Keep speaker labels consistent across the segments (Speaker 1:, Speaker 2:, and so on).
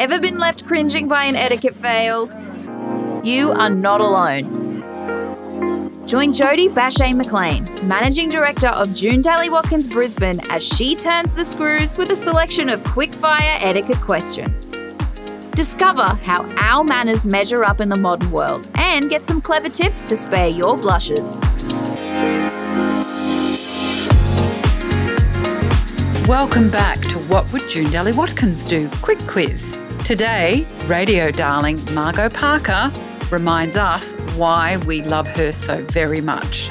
Speaker 1: Ever been left cringing by an etiquette fail? You are not alone. Join Jodie Bashay McLean, Managing Director of June Daly Watkins Brisbane, as she turns the screws with a selection of quick-fire etiquette questions. Discover how our manners measure up in the modern world and get some clever tips to spare your blushes.
Speaker 2: Welcome back to What Would June Daly Watkins Do? Quick quiz. Today, radio darling Margot Parker reminds us why we love her so very much.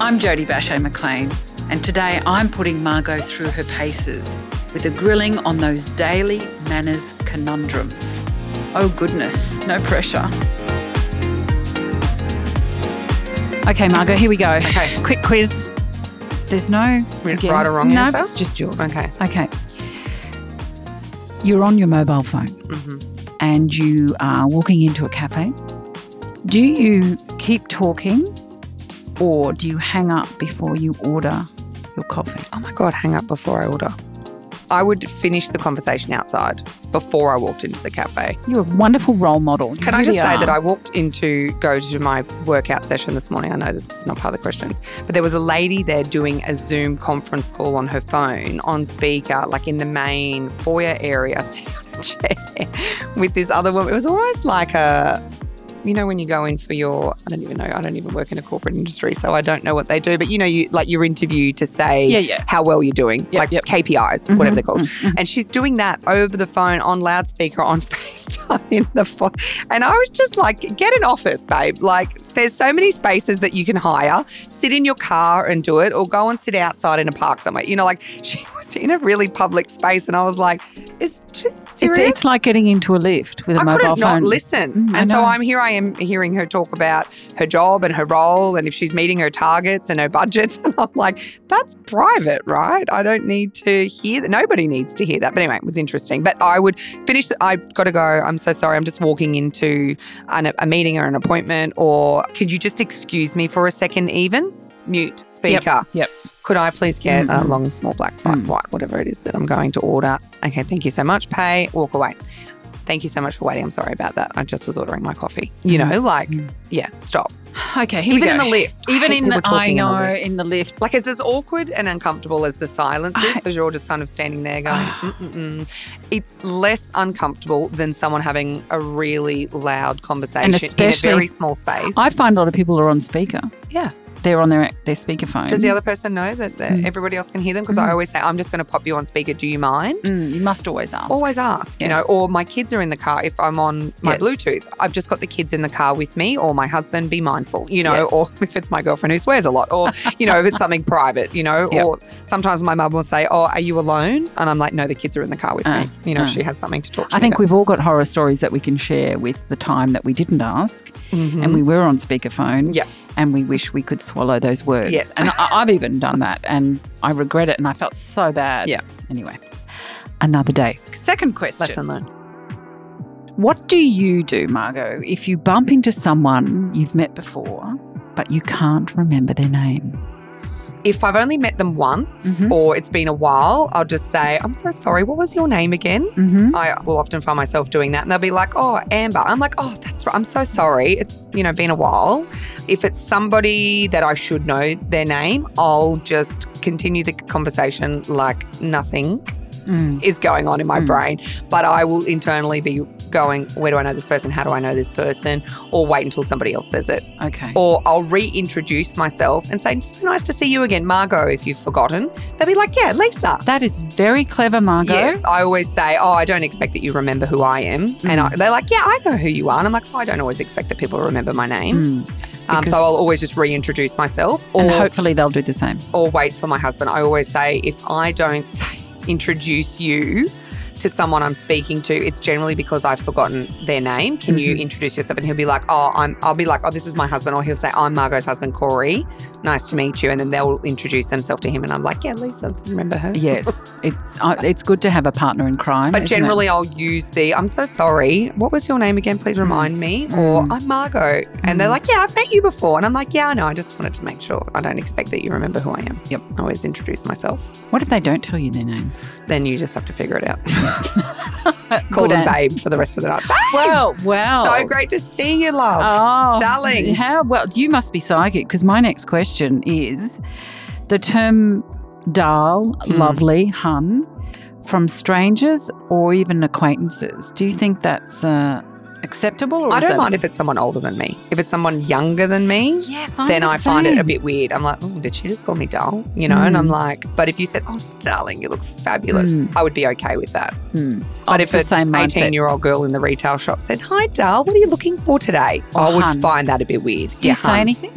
Speaker 2: I'm Jodie Bashay McLean, and today I'm putting Margot through her paces with a grilling on those daily manners conundrums. Oh goodness, no pressure. Okay, Margot, here we go.
Speaker 3: Okay.
Speaker 2: Quick quiz. There's no
Speaker 3: Right
Speaker 2: again,
Speaker 3: or wrong
Speaker 2: no,
Speaker 3: answer?
Speaker 2: It's just yours.
Speaker 3: Okay.
Speaker 2: Okay. You're on your mobile phone
Speaker 3: Mm-hmm.
Speaker 2: and you are walking into a cafe. Do you keep talking or do you hang up before you order your coffee?
Speaker 3: Oh my God, hang up before I order. I would finish the conversation outside before I walked into the cafe.
Speaker 2: You're a wonderful role model. You
Speaker 3: Can I just
Speaker 2: really
Speaker 3: say
Speaker 2: are.
Speaker 3: that I walked into go to my workout session this morning? I know that this is not part of the questions, but there was a lady there doing a Zoom conference call on her phone on speaker, like in the main foyer area, sitting on a chair with this other woman. It was almost like a you know when you go in for your I don't even know I don't even work in a corporate industry so I don't know what they do but you know you like your interview to say
Speaker 2: Yeah, yeah.
Speaker 3: how well you're doing
Speaker 2: Yep,
Speaker 3: like
Speaker 2: yep. Mm-hmm,
Speaker 3: KPIs whatever they're called and she's doing that over the phone on loudspeaker on FaceTime in the phone and I was just like get an office babe like there's so many spaces that you can hire sit in your car and do it or go and sit outside in a park somewhere you know like she was in a really public space and I was like it's just
Speaker 2: It's,
Speaker 3: serious
Speaker 2: it's like getting into a lift with a
Speaker 3: I
Speaker 2: mobile
Speaker 3: couldn't
Speaker 2: phone.
Speaker 3: not listen.
Speaker 2: Mm, I
Speaker 3: and so
Speaker 2: know.
Speaker 3: I'm here I am hearing her talk about her job and her role and if she's meeting her targets and her budgets. And I'm like, that's private, right? I don't need to hear that. Nobody needs to hear that. But anyway, it was interesting. But I would finish I've got to go. I'm so sorry. I'm just walking into an, a meeting or an appointment. Or could you just excuse me for a second even? Mute
Speaker 2: Yep,
Speaker 3: speaker.
Speaker 2: Yep.
Speaker 3: Could I please get a
Speaker 2: Mm-mm.
Speaker 3: long, small, black, white,
Speaker 2: Mm.
Speaker 3: white, whatever it is that I'm going to order? Okay, thank you so much. Pay, walk away. Thank you so much for waiting. I'm sorry about that. I just was ordering my coffee. You know, like,
Speaker 2: Mm.
Speaker 3: yeah, stop.
Speaker 2: Okay. Here
Speaker 3: Even
Speaker 2: we
Speaker 3: in
Speaker 2: go.
Speaker 3: the lift. I
Speaker 2: Even
Speaker 3: hate
Speaker 2: in the,
Speaker 3: people
Speaker 2: I
Speaker 3: talking in the
Speaker 2: know,
Speaker 3: lifts.
Speaker 2: in the lift.
Speaker 3: Like, it's as awkward and uncomfortable as the silence is
Speaker 2: I-
Speaker 3: because you're all just kind of standing there going, mm, mm, mm. It's less uncomfortable than someone having a really loud conversation
Speaker 2: especially-
Speaker 3: in a very small space.
Speaker 2: I find a lot of people are on speaker.
Speaker 3: Yeah.
Speaker 2: They're on their their speakerphone.
Speaker 3: Does the other person know that that
Speaker 2: Mm.
Speaker 3: everybody else can hear them? Because I
Speaker 2: Mm.
Speaker 3: always say, I'm just going to pop you on speaker. Do you mind?
Speaker 2: Mm, you must always ask.
Speaker 3: Always ask, you
Speaker 2: Yes.
Speaker 3: know, or my kids are in the car if I'm on my
Speaker 2: Yes.
Speaker 3: Bluetooth. I've just got the kids in the car with me, or my husband, be mindful, you know,
Speaker 2: Yes.
Speaker 3: or if it's my girlfriend who swears a lot, or, you know, if it's something private, you know,
Speaker 2: Yep.
Speaker 3: or sometimes my mum will say, Oh, are you alone? And I'm like, No, the kids are in the car with
Speaker 2: Uh,
Speaker 3: me. You know,
Speaker 2: uh.
Speaker 3: she has something to talk to
Speaker 2: I
Speaker 3: me
Speaker 2: think
Speaker 3: about.
Speaker 2: we've all got horror stories that we can share with the time that we didn't ask
Speaker 3: Mhm.
Speaker 2: and we were on speakerphone
Speaker 3: Yeah.
Speaker 2: and we wish we could swallow those words.
Speaker 3: Yes.
Speaker 2: And I, I've even done that and I regret it and I felt so bad.
Speaker 3: Yeah.
Speaker 2: Anyway, another day. Second question.
Speaker 3: Lesson learned.
Speaker 2: What do you do, Margot, if you bump into someone you've met before but you can't remember their name?
Speaker 3: If I've only met them once
Speaker 2: Mhm.
Speaker 3: or it's been a while, I'll just say, I'm so sorry, what was your name again?
Speaker 2: Mm-hmm.
Speaker 3: I will often find myself doing that and they'll be like, oh, Amber. I'm like, oh, that's right. I'm so sorry. It's, you know, been a while. If it's somebody that I should know their name, I'll just continue the conversation like nothing is going on in my
Speaker 2: Mm.
Speaker 3: brain. But I will internally be going, where do I know this person? How do I know this person? Or wait until somebody else says it.
Speaker 2: Okay.
Speaker 3: Or I'll reintroduce myself and say, so nice to see you again, Margot, if you've forgotten. They'll be like, yeah, Lisa.
Speaker 2: That is very clever, Margot.
Speaker 3: Yes, I always say, "Oh, I don't expect that you remember who I am," and
Speaker 2: Mm.
Speaker 3: I, they're like, "Yeah, I know who you are." And I'm like, oh, "I don't always expect that people remember my name."
Speaker 2: Mm.
Speaker 3: um,
Speaker 2: because-
Speaker 3: so I'll always just reintroduce myself, or
Speaker 2: and hopefully they'll do the same.
Speaker 3: or wait for my husband. I always say, if I don't say, introduce you to someone I'm speaking to, it's generally because I've forgotten their name. Can you
Speaker 2: Mm-hmm.
Speaker 3: introduce yourself? And he'll be like, "Oh, I'm." I'll be like, "Oh, this is my husband," or he'll say, "I'm Margot's husband, Corey. Nice to meet you." And then they'll introduce themselves to him, and I'm like, "Yeah, Lisa, remember her?"
Speaker 2: Yes, it's uh, it's good to have a partner in crime.
Speaker 3: But
Speaker 2: isn't it?
Speaker 3: generally, I'll use the I'm so sorry. What was your name again? Please remind me. Or
Speaker 2: Mm.
Speaker 3: I'm Margot. And they're like, Yeah, I've met you before. And I'm like, Yeah, I know. I just wanted to make sure. I don't expect that you remember who I am.
Speaker 2: Yep.
Speaker 3: I always introduce myself.
Speaker 2: what if they don't tell you their name?
Speaker 3: Then you just have to figure it out. Call
Speaker 2: Good
Speaker 3: them
Speaker 2: end.
Speaker 3: babe for the rest of the night. Babe!
Speaker 2: Wow, wow.
Speaker 3: So great to see you, love.
Speaker 2: Oh,
Speaker 3: darling.
Speaker 2: How well you must be psychic because my next question is the term "dal,"
Speaker 3: Hmm.
Speaker 2: lovely, hun, from strangers or even acquaintances. Do you think that's uh, acceptable? Or
Speaker 3: I
Speaker 2: is
Speaker 3: don't
Speaker 2: that-
Speaker 3: mind if it's someone older than me. If it's someone younger than me,
Speaker 2: Yes, I'm
Speaker 3: then
Speaker 2: the
Speaker 3: I find it a
Speaker 2: same.
Speaker 3: bit weird. I'm like, oh, did she just call me doll? You know, and I'm like, but if you said, oh, darling, you look fabulous,
Speaker 2: Mm.
Speaker 3: I would be okay with that.
Speaker 2: Hmm.
Speaker 3: But
Speaker 2: I'm
Speaker 3: if
Speaker 2: the
Speaker 3: an
Speaker 2: same mindset.
Speaker 3: 18 year old girl in the retail shop said, hi, doll, what are you looking for today?
Speaker 2: Or
Speaker 3: I would
Speaker 2: hun.
Speaker 3: find that a bit weird.
Speaker 2: Do you say
Speaker 3: hun.
Speaker 2: anything?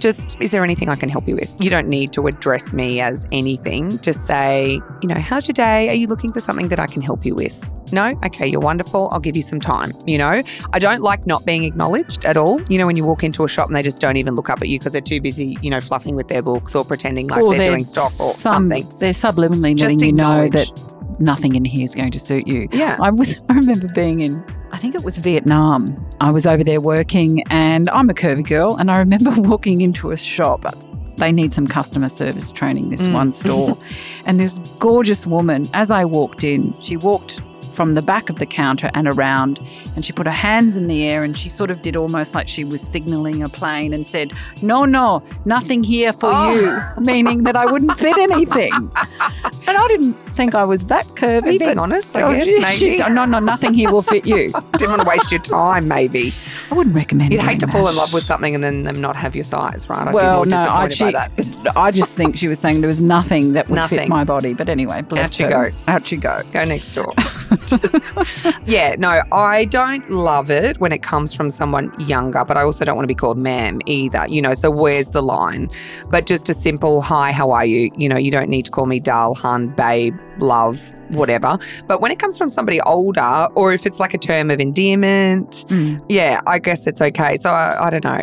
Speaker 3: Just, is there anything I can help you with? You don't need to address me as anything. Just say, you know, how's your day? Are you looking for something that I can help you with? No? Okay, you're wonderful. I'll give you some time. You know, I don't like not being acknowledged at all. You know, when you walk into a shop and they just don't even look up at you because they're too busy, you know, fluffing with their books or pretending like they're, doing stock or
Speaker 2: some-
Speaker 3: something.
Speaker 2: They're subliminally
Speaker 3: Just
Speaker 2: letting you know
Speaker 3: acknowledge.
Speaker 2: that nothing in here is going to suit you.
Speaker 3: Yeah.
Speaker 2: I was I remember being in I think it was Vietnam. I was over there working and I'm a curvy girl and I remember walking into a shop. They need some customer service training this
Speaker 3: Mm.
Speaker 2: one store. and this gorgeous woman as I walked in, she walked from the back of the counter and around and she put her hands in the air and she sort of did almost like she was signaling a plane and said, "No, no, nothing here for
Speaker 3: Oh.
Speaker 2: you," meaning that I wouldn't fit anything. and I didn't think I was that curvy,
Speaker 3: Being
Speaker 2: but
Speaker 3: honest, I
Speaker 2: Oh,
Speaker 3: guess,
Speaker 2: she-
Speaker 3: maybe.
Speaker 2: she's- oh, no, no, nothing here will fit you.
Speaker 3: Didn't want to waste your time, maybe.
Speaker 2: I wouldn't recommend.
Speaker 3: You'd
Speaker 2: doing
Speaker 3: hate to fall in
Speaker 2: that.
Speaker 3: love with something and then them not have your size, right? I'd
Speaker 2: Well,
Speaker 3: be
Speaker 2: no,
Speaker 3: more
Speaker 2: I,
Speaker 3: disappointed
Speaker 2: she,
Speaker 3: by that.
Speaker 2: I just think she was saying there was nothing that would fit
Speaker 3: Nothing.
Speaker 2: my body. But anyway, bless
Speaker 3: Out you
Speaker 2: her. Out you go.
Speaker 3: Go next door. yeah, no, I don't love it when it comes from someone younger, but I also don't want to be called ma'am either, you know, so where's the line? But just a simple hi, how are you? You know, you don't need to call me doll, hun, babe, love, whatever. But when it comes from somebody older, or if it's like a term of endearment,
Speaker 2: Mm.
Speaker 3: yeah, I guess it's okay. So I, I don't know.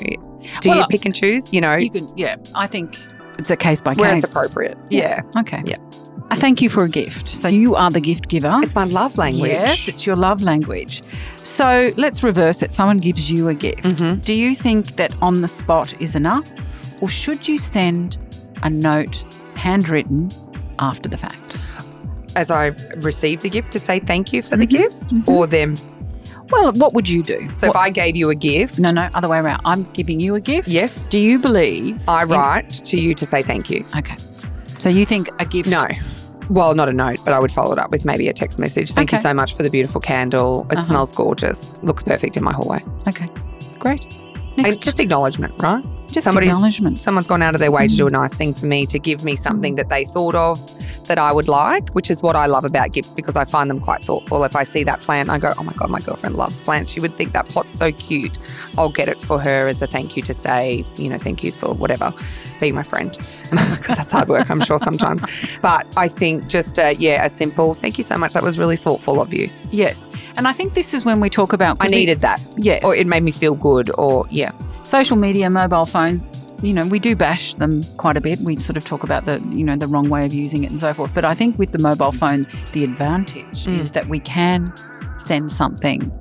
Speaker 3: Do
Speaker 2: Well,
Speaker 3: you pick and choose? You know,
Speaker 2: You can, yeah. I think it's a case by
Speaker 3: where
Speaker 2: case.
Speaker 3: it's appropriate. Yeah.
Speaker 2: Okay.
Speaker 3: Yeah.
Speaker 2: I thank you for a gift. So you are the gift giver.
Speaker 3: It's my love language.
Speaker 2: Yes, it's your love language. So let's reverse it. Someone gives you a gift.
Speaker 3: Mhm.
Speaker 2: Do you think that on the spot is enough, or should you send a note handwritten after the fact?
Speaker 3: as I receive the gift to say thank you for the
Speaker 2: Mhm,
Speaker 3: gift or them.
Speaker 2: Well, what would you do?
Speaker 3: So if I gave you a gift,
Speaker 2: no, no, other way around. I'm giving you a gift.
Speaker 3: yes,
Speaker 2: Do you believe?
Speaker 3: I
Speaker 2: in-
Speaker 3: write to you to say thank you.
Speaker 2: Okay. So you think a gift?
Speaker 3: No. Well, not a note, but I would follow it up with maybe a text message. Thank
Speaker 2: Okay.
Speaker 3: you so much for the beautiful candle. It
Speaker 2: Uh-huh.
Speaker 3: smells gorgeous. Looks perfect in my hallway.
Speaker 2: Okay.
Speaker 3: Great.
Speaker 2: Next,
Speaker 3: It's just acknowledgement, right?
Speaker 2: just
Speaker 3: somebody's-
Speaker 2: acknowledgement.
Speaker 3: Someone's gone out of their way to do a nice thing for me, to give me something that they thought of that I would like, which is what I love about gifts because I find them quite thoughtful. If I see that plant, I go, oh my God, my girlfriend loves plants. She would think that pot's so cute. I'll get it for her as a thank you to say, you know, thank you for whatever, being my friend, because that's hard work, I'm sure, sometimes. But I think just, uh, yeah, a simple thank you so much. That was really thoughtful of you.
Speaker 2: Yes. And I think this is when we talk about.
Speaker 3: I needed that,
Speaker 2: Yes.
Speaker 3: or it made me feel good, or yeah.
Speaker 2: social media, mobile phones, you know, we do bash them quite a bit. We sort of talk about the, you know, the wrong way of using it and so forth. But I think with the mobile phone, the advantage
Speaker 3: Mm.
Speaker 2: is that we can send something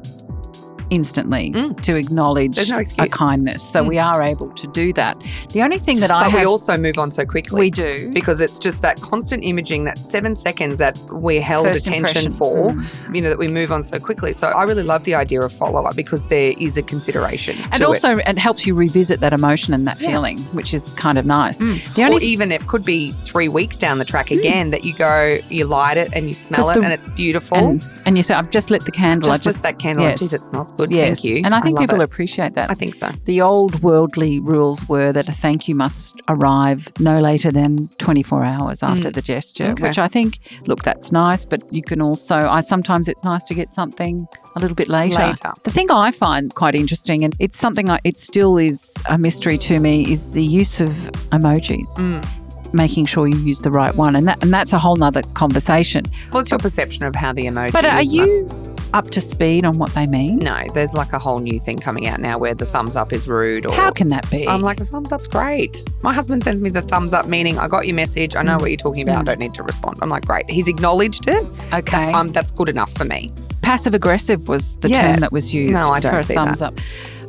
Speaker 2: instantly
Speaker 3: Mm.
Speaker 2: to acknowledge
Speaker 3: There's no
Speaker 2: a
Speaker 3: excuse.
Speaker 2: kindness. So
Speaker 3: Mm.
Speaker 2: we are able to do that. The only thing that I
Speaker 3: But we
Speaker 2: have,
Speaker 3: also move on so quickly.
Speaker 2: we do
Speaker 3: because it's just that constant imaging, that seven seconds that we're held
Speaker 2: First
Speaker 3: attention
Speaker 2: impression.
Speaker 3: for,
Speaker 2: Mm.
Speaker 3: you know, that we move on so quickly. So I really love the idea of follow up because there is a consideration.
Speaker 2: And
Speaker 3: to
Speaker 2: also, it. helps you revisit that emotion and that
Speaker 3: Yeah.
Speaker 2: feeling, which is kind of nice.
Speaker 3: Mm.
Speaker 2: The
Speaker 3: it.
Speaker 2: only Mm.
Speaker 3: Or even it could be three weeks down the track again that you go, you light it and you smell
Speaker 2: Just
Speaker 3: it
Speaker 2: a-
Speaker 3: and it's beautiful.
Speaker 2: and, and you say, "I've just lit the candle.
Speaker 3: just,
Speaker 2: I've just
Speaker 3: just that candle.
Speaker 2: Yes.
Speaker 3: Geez, it smells good.
Speaker 2: Yes.
Speaker 3: Thank you.
Speaker 2: And I think
Speaker 3: love
Speaker 2: people
Speaker 3: it.
Speaker 2: appreciate that.
Speaker 3: I think so.
Speaker 2: The old worldly rules were that a thank you must arrive no later than 24 hours after the gesture,
Speaker 3: Mm. Okay.
Speaker 2: which I think, look, that's nice, but you can also, I sometimes it's nice to get something a little bit later.
Speaker 3: Later.
Speaker 2: The thing I find quite interesting, and it's something I, it still is a mystery to me, is the use of emojis.
Speaker 3: Mm.
Speaker 2: Making sure you use the right one, and that and that's a whole nother conversation.
Speaker 3: Well, it's your perception of how the emoji
Speaker 2: But are
Speaker 3: is, uh, isn't it?
Speaker 2: you up to speed on what they mean?
Speaker 3: No, there's like a whole new thing coming out now where the thumbs up is rude or.
Speaker 2: How can that be?
Speaker 3: I'm like, the thumbs up's great. My husband sends me the thumbs up, meaning I got your message. I know what you're talking about. I don't need to respond. I'm like, great. He's acknowledged it.
Speaker 2: Mm. okay,
Speaker 3: That's um, that's good enough for me.
Speaker 2: passive aggressive was the
Speaker 3: Yeah.
Speaker 2: term that was used
Speaker 3: No, I don't
Speaker 2: for a
Speaker 3: see
Speaker 2: thumbs up.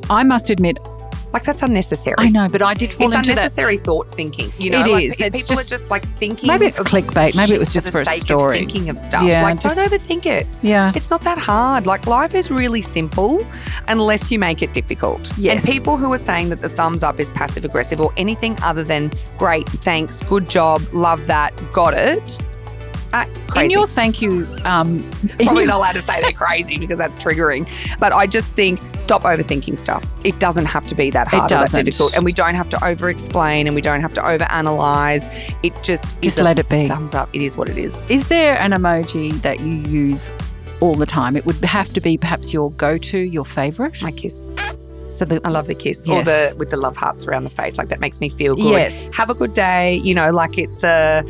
Speaker 2: I must admit,
Speaker 3: Like that's unnecessary.
Speaker 2: I know, but I did fall
Speaker 3: It's
Speaker 2: into that.
Speaker 3: unnecessary thought thinking. You know,
Speaker 2: It
Speaker 3: like,
Speaker 2: is.
Speaker 3: pe-
Speaker 2: It's
Speaker 3: people
Speaker 2: just-
Speaker 3: are just like thinking.
Speaker 2: Maybe it's
Speaker 3: of
Speaker 2: clickbait. Maybe it was
Speaker 3: shit
Speaker 2: just
Speaker 3: for
Speaker 2: for
Speaker 3: the
Speaker 2: a
Speaker 3: sake Of
Speaker 2: story.
Speaker 3: thinking of stuff.
Speaker 2: Yeah,
Speaker 3: like
Speaker 2: just-
Speaker 3: don't overthink it.
Speaker 2: Yeah.
Speaker 3: It's not that hard. Like life is really simple unless you make it difficult.
Speaker 2: Yes.
Speaker 3: And people who are saying that the thumbs up is passive aggressive or anything other than great, thanks, good job, love that, got it. Uh, crazy.
Speaker 2: In your thank you, um, in
Speaker 3: Probably
Speaker 2: your-
Speaker 3: not allowed to say they're crazy because that's triggering. But I just think stop overthinking stuff. It doesn't have to be that
Speaker 2: It
Speaker 3: hard or that
Speaker 2: doesn't.
Speaker 3: difficult. And we don't have to over explain and we don't have to over analyze. It just is
Speaker 2: just
Speaker 3: a
Speaker 2: let it be.
Speaker 3: thumbs up. It is what it is.
Speaker 2: Is there an emoji that you use all the time? It would have to be perhaps your go-to, your favorite.
Speaker 3: My kiss.
Speaker 2: So the
Speaker 3: I love the kiss or
Speaker 2: Yes.
Speaker 3: the with the love hearts around the face. Like that makes me feel Oh, good.
Speaker 2: yes.
Speaker 3: Have a good day. You know, like it's a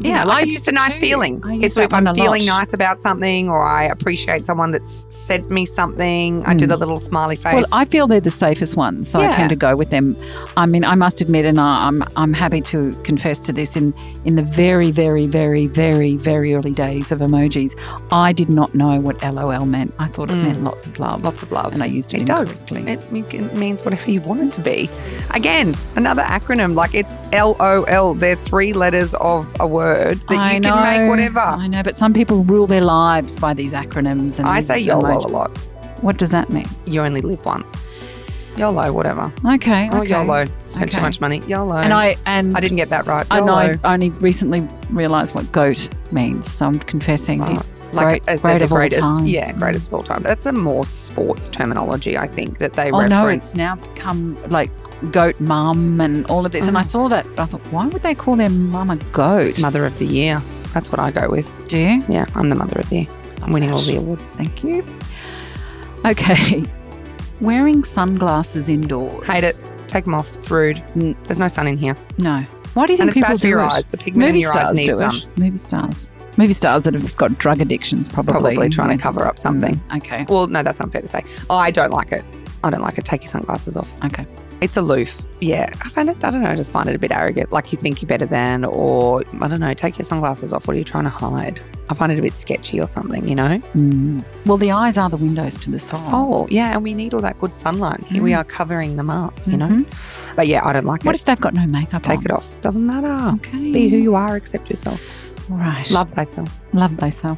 Speaker 2: Yeah,
Speaker 3: yeah,
Speaker 2: I
Speaker 3: like it's
Speaker 2: use
Speaker 3: just a
Speaker 2: it
Speaker 3: nice
Speaker 2: too.
Speaker 3: feeling.
Speaker 2: I use
Speaker 3: It's if
Speaker 2: that one
Speaker 3: I'm
Speaker 2: a lot.
Speaker 3: feeling nice about something or I appreciate someone that's said me something. I do
Speaker 2: Mm.
Speaker 3: the little smiley face.
Speaker 2: Well, I feel they're the safest ones, so I
Speaker 3: Yeah.
Speaker 2: tend to go with them. I mean, I must admit, and I, I'm I'm happy to confess to this. In in the very, very, very, very, very early days of emojis, I did not know what LOL meant. I thought it
Speaker 3: Mm.
Speaker 2: meant lots of love,
Speaker 3: lots of love.
Speaker 2: and I used it,
Speaker 3: It does.
Speaker 2: incorrectly.
Speaker 3: It, you can- means whatever you want it to be. Again, another acronym like it's LOL. They're three letters of a word that
Speaker 2: I
Speaker 3: you
Speaker 2: know,
Speaker 3: can make whatever.
Speaker 2: I know, but some people rule their lives by these acronyms. And
Speaker 3: I
Speaker 2: these
Speaker 3: say YOLO a
Speaker 2: emojis.
Speaker 3: lot.
Speaker 2: What does that mean?
Speaker 3: You only live once. YOLO, whatever.
Speaker 2: Okay,
Speaker 3: Oh,
Speaker 2: okay.
Speaker 3: YOLO. Spent
Speaker 2: Okay.
Speaker 3: too much money. YOLO.
Speaker 2: And I and
Speaker 3: I didn't get that right.
Speaker 2: and
Speaker 3: YOLO.
Speaker 2: I only recently realised what goat means. So I'm confessing.
Speaker 3: Wow.
Speaker 2: Did-
Speaker 3: like
Speaker 2: Great-
Speaker 3: as
Speaker 2: great
Speaker 3: they're the
Speaker 2: of all
Speaker 3: greatest,
Speaker 2: time.
Speaker 3: yeah, greatest of all time. That's a more sports terminology, I think, that they
Speaker 2: oh no,
Speaker 3: reference.
Speaker 2: it's now become like goat mum and all of this.
Speaker 3: Mm-hmm.
Speaker 2: And I saw that. I thought, why would they call their mum a goat?
Speaker 3: Mother of the year. That's what I go with.
Speaker 2: Do you?
Speaker 3: Yeah, I'm the mother of the year.
Speaker 2: Oh,
Speaker 3: I'm winning all the awards.
Speaker 2: Thank you. Okay. Wearing sunglasses indoors.
Speaker 3: Hate it. Take them off. It's rude.
Speaker 2: Mm.
Speaker 3: There's no sun in here,
Speaker 2: No. Why do you
Speaker 3: and
Speaker 2: think
Speaker 3: it's
Speaker 2: people
Speaker 3: bad for
Speaker 2: do
Speaker 3: your
Speaker 2: it?
Speaker 3: eyes. The pigment in
Speaker 2: Movie
Speaker 3: your eyes
Speaker 2: stars do
Speaker 3: needs some.
Speaker 2: it. Movie stars. Movie stars that have got drug addictions probably.
Speaker 3: Probably, trying
Speaker 2: Yeah.
Speaker 3: to cover up something.
Speaker 2: Mm, Okay.
Speaker 3: Well, no, that's unfair to say. Oh, I don't like it. I don't like it. Take your sunglasses off.
Speaker 2: Okay.
Speaker 3: It's aloof. Yeah, I find it. I don't know. I just find it a bit arrogant. Like you think you're better than, or I don't know. Take your sunglasses off. What are you trying to hide? I find it a bit sketchy or something. You know.
Speaker 2: Mm. Well, the eyes are the windows to the soul.
Speaker 3: Soul. Yeah, and we need all that good sunlight. Here we
Speaker 2: Mm.
Speaker 3: are covering them up. You know.
Speaker 2: Mhm.
Speaker 3: But yeah, I don't like
Speaker 2: What
Speaker 3: it.
Speaker 2: if Mm. they've got no makeup
Speaker 3: Take
Speaker 2: on?
Speaker 3: it off. Doesn't matter.
Speaker 2: Okay.
Speaker 3: Be who you are. Accept yourself.
Speaker 2: Right.
Speaker 3: Love thyself.
Speaker 2: Love thyself.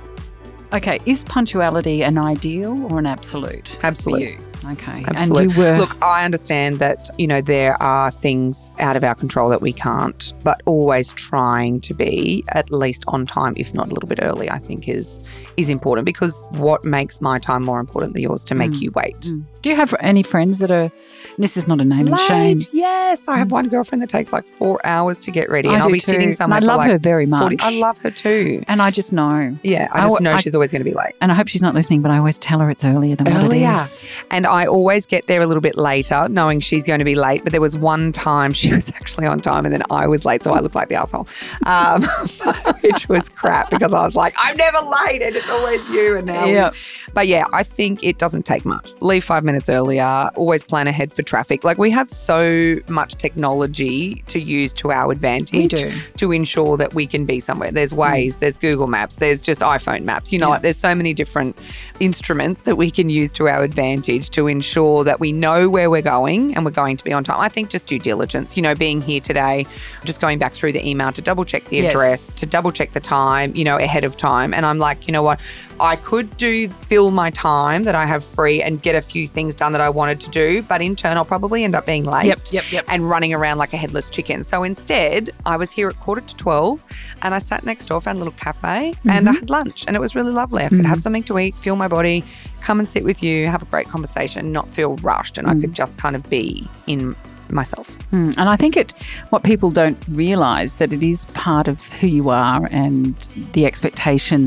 Speaker 2: Okay, is punctuality an ideal or an absolute? For
Speaker 3: Absolutely.
Speaker 2: you? Okay. And
Speaker 3: Absolute.
Speaker 2: you were
Speaker 3: Look, I understand that, you know, there are things out of our control that we can't, but always trying to be at least on time, if not a little bit early, I think is is important because what makes my time more important than yours to make
Speaker 2: Mm.
Speaker 3: you wait?
Speaker 2: Mm. Do you have any friends that are this is not a name and
Speaker 3: Late,
Speaker 2: shame.
Speaker 3: Yes. I have
Speaker 2: Mm.
Speaker 3: one girlfriend that takes like four hours to get ready
Speaker 2: I
Speaker 3: and I'll
Speaker 2: do
Speaker 3: be
Speaker 2: too.
Speaker 3: sitting
Speaker 2: And
Speaker 3: somewhere
Speaker 2: I love
Speaker 3: for like
Speaker 2: her very much.
Speaker 3: 40. I love her too.
Speaker 2: and I just know.
Speaker 3: Yeah. I
Speaker 2: I
Speaker 3: just
Speaker 2: w-
Speaker 3: know
Speaker 2: I-
Speaker 3: she's always going to be late.
Speaker 2: And I hope she's not listening, but I always tell her it's earlier than what it
Speaker 3: Earlier.
Speaker 2: is.
Speaker 3: And I always get there a little bit later, knowing she's going to be late. But there was one time she was actually on time, and then I was late, so I looked like the asshole, um, which was crap because I was like, "I'm never late, and it's always you." And now, we-
Speaker 2: Yeah.
Speaker 3: but yeah, I think it doesn't take much. Leave five minutes earlier. Always plan ahead for traffic. Like we have so much technology to use to our advantage
Speaker 2: We do.
Speaker 3: to ensure that we can be somewhere. There's ways, there's Google Maps, there's just iPhone Maps. You know,
Speaker 2: Hmm. Yeah.
Speaker 3: like there's so many different instruments that we can use to our advantage to ensure that we know where we're going and we're going to be on time. I think just due diligence, you know, being here today, just going back through the email to double check the
Speaker 2: Yes.
Speaker 3: address, to double check the time, you know, ahead of time. And I'm like, you know what? I could do fill my time that I have free and get a few things done that I wanted to do, but in turn I'll probably end up being late
Speaker 2: Yep, yep, yep.
Speaker 3: and running around like a headless chicken. So instead, I was here at quarter to 12 and I sat next door, found a little cafe, and I
Speaker 2: Mm-hmm.
Speaker 3: had lunch. And it was really lovely. I could
Speaker 2: Mhm.
Speaker 3: have something to eat, feel my body, come and sit with you, have a great conversation, not feel rushed. And I could just kind of be in myself.
Speaker 2: Mm, And I think it, what people don't realise that it is part of who you are and the expectation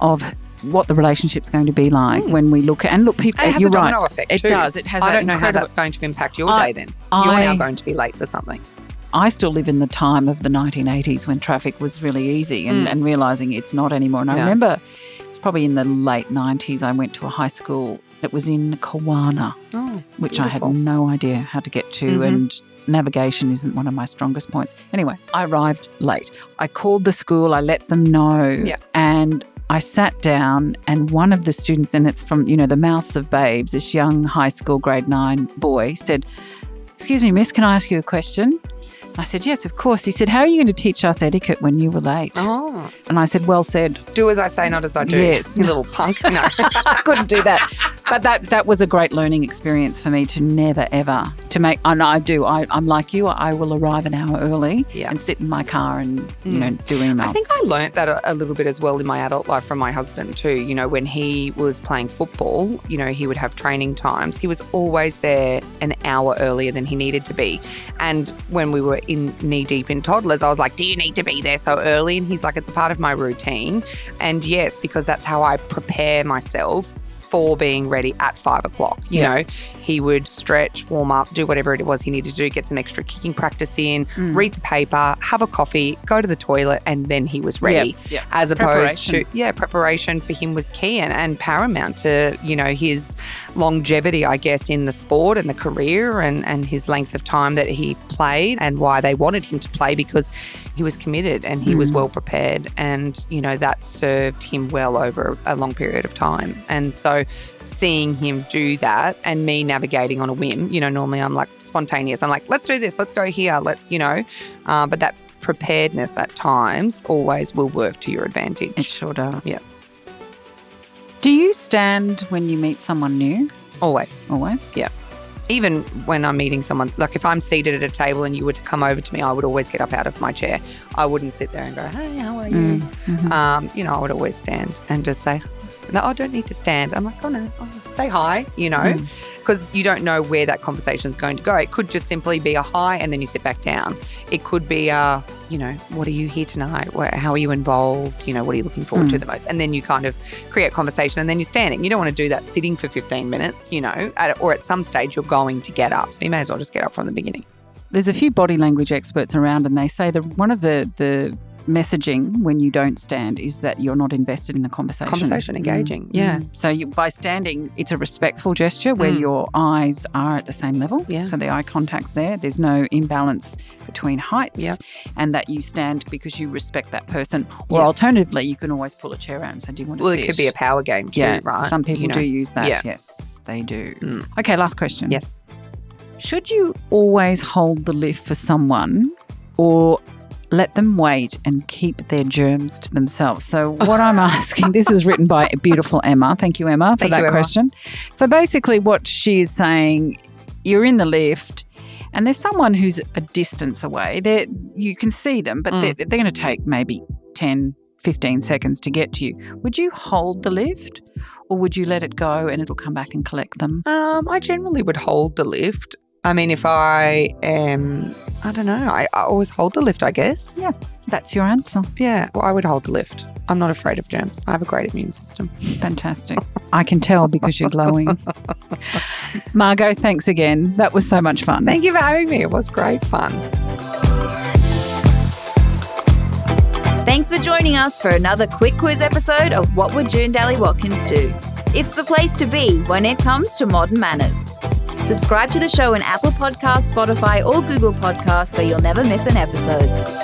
Speaker 2: of what the relationship's going to be like when we look at and look people.
Speaker 3: Hmm. And it has
Speaker 2: you're
Speaker 3: a
Speaker 2: right.
Speaker 3: domino effect
Speaker 2: It
Speaker 3: too.
Speaker 2: does. It has.
Speaker 3: I
Speaker 2: that
Speaker 3: don't know how
Speaker 2: incredible-
Speaker 3: that's going to impact your
Speaker 2: I-
Speaker 3: day then.
Speaker 2: I-
Speaker 3: You're now going to be late for something.
Speaker 2: I still live in the time of the 1980s when traffic was really easy and,
Speaker 3: Mm.
Speaker 2: and realizing it's not anymore. And I
Speaker 3: No.
Speaker 2: remember it's probably in the late 90s, I went to a high school that was in Kawana,
Speaker 3: Oh,
Speaker 2: which I
Speaker 3: Beautiful.
Speaker 2: had no idea how to get to,
Speaker 3: Mhm.
Speaker 2: and navigation isn't one of my strongest points. Anyway, I arrived late. I called the school, I let them know,
Speaker 3: Yeah.
Speaker 2: and I sat down, and one of the students, and it's from, you know, the mouths of babes, this young high school grade nine boy said, Excuse me, miss, can I ask you a question? And I said, Yes, of course. He said, How are you going to teach us etiquette when you were late?
Speaker 3: Oh.
Speaker 2: And I said, Well said.
Speaker 3: Do as I say, not as I do.
Speaker 2: Yes.
Speaker 3: You little punk. No.
Speaker 2: I couldn't do that. But that that was a great learning experience for me to never ever to make. And I do. I, I'm like you. I will arrive an hour early
Speaker 3: Yeah. Mm.
Speaker 2: and sit in my car and you know do emails.
Speaker 3: I think I learnt that a, a little bit as well in my adult life from my husband too. You know, when he was playing football, you know, he would have training times. He was always there an hour earlier than he needed to be. And when we were in knee deep in toddlers, I was like, "Do you need to be there so early?" And he's like, "It's a part of my routine." And yes, because that's how I prepare myself. For being ready at five o'clock. You
Speaker 2: Yeah.
Speaker 3: know, he would stretch, warm up, do whatever it was he needed to do, get some extra kicking practice in,
Speaker 2: Mm.
Speaker 3: read the paper, have a coffee, go to the toilet, and then he was ready
Speaker 2: Yeah, yeah.
Speaker 3: as opposed to
Speaker 2: Preparation.
Speaker 3: yeah preparation for him was key and, and paramount to you know his longevity i guess in the sport and the career and and his length of time that he played and why they wanted him to play because he was committed and he was
Speaker 2: Mm.
Speaker 3: well prepared and you know that served him well over a long period of time and so seeing him do that and me navigating on a whim you know normally i'm like spontaneous i'm like let's do this let's go here let's you know uh, but that preparedness at times always will work to your advantage.
Speaker 2: It sure does.
Speaker 3: Yeah.
Speaker 2: Do you stand when you meet someone new?
Speaker 3: Always.
Speaker 2: Always.
Speaker 3: Even when I'm meeting someone, like if I'm seated at a table and you were to come over to me, I would always get up out of my chair. I wouldn't sit there and go, hey, how are you?
Speaker 2: Mm, mhm.
Speaker 3: Um, you know, I would always stand and just say, no, I don't need to stand. I'm like, oh no, oh, say hi, you know,
Speaker 2: Mm.
Speaker 3: because you don't know where that conversation's going to go. It could just simply be a hi and then you sit back down. It could be a, you know, what are you here tonight? Where, how are you involved? You know, what are you looking forward
Speaker 2: Mm.
Speaker 3: to the most? And then you kind of create conversation and then you're standing. You don't want to do that sitting for 15 minutes, you know, at, or at some stage you're going to get up. So you may as well just get up from the beginning.
Speaker 2: There's a few body language experts around, and they say that one of the the messaging when you don't stand is that you're not invested in the conversation.
Speaker 3: Conversation engaging. Yeah.
Speaker 2: Mm. So you, by standing, it's a respectful gesture where
Speaker 3: Mm.
Speaker 2: your eyes are at the same level.
Speaker 3: Yeah.
Speaker 2: So the eye contact's there. There's no imbalance between heights.
Speaker 3: Yep.
Speaker 2: And that you stand because you respect that person. Or
Speaker 3: Yes.
Speaker 2: alternatively, you can always pull a chair out and say, "Do you want to
Speaker 3: Well,
Speaker 2: sit?"
Speaker 3: it could be a power game too,
Speaker 2: yeah.
Speaker 3: right?
Speaker 2: Some people
Speaker 3: You know.
Speaker 2: do use that.
Speaker 3: Yeah.
Speaker 2: Yes, they do.
Speaker 3: Mm.
Speaker 2: Okay. Last question.
Speaker 3: Yes.
Speaker 2: Should you always hold the lift for someone or let them wait and keep their germs to themselves? So, what I'm asking, this is written by beautiful Emma. Thank you, Emma, for
Speaker 3: Thank
Speaker 2: that
Speaker 3: you, Emma.
Speaker 2: question. So, basically, what she is saying, you're in the lift. And there's someone who's a distance away. They're, you can see them, but
Speaker 3: Mm.
Speaker 2: they're, they're going to take maybe 10, 15 seconds to get to you. Would you hold the lift or would you let it go and it'll come back and collect them?
Speaker 3: Um, I generally would hold the lift. I mean, if I am, I don't know, I, I always hold the lift, I guess.
Speaker 2: That's your answer.
Speaker 3: Yeah, well, I would hold the lift. I'm not afraid of germs. I have a great immune system.
Speaker 2: Fantastic. I can tell because you're glowing. Margot, thanks again. That was so much fun.
Speaker 3: Thank you for having me. It was great fun.
Speaker 1: Thanks for joining us for another quick quiz episode of What Would June Daly Watkins Do? It's the place to be when it comes to modern manners. Subscribe to the show on Apple Podcasts, Spotify, or Google Podcasts so you'll never miss an episode.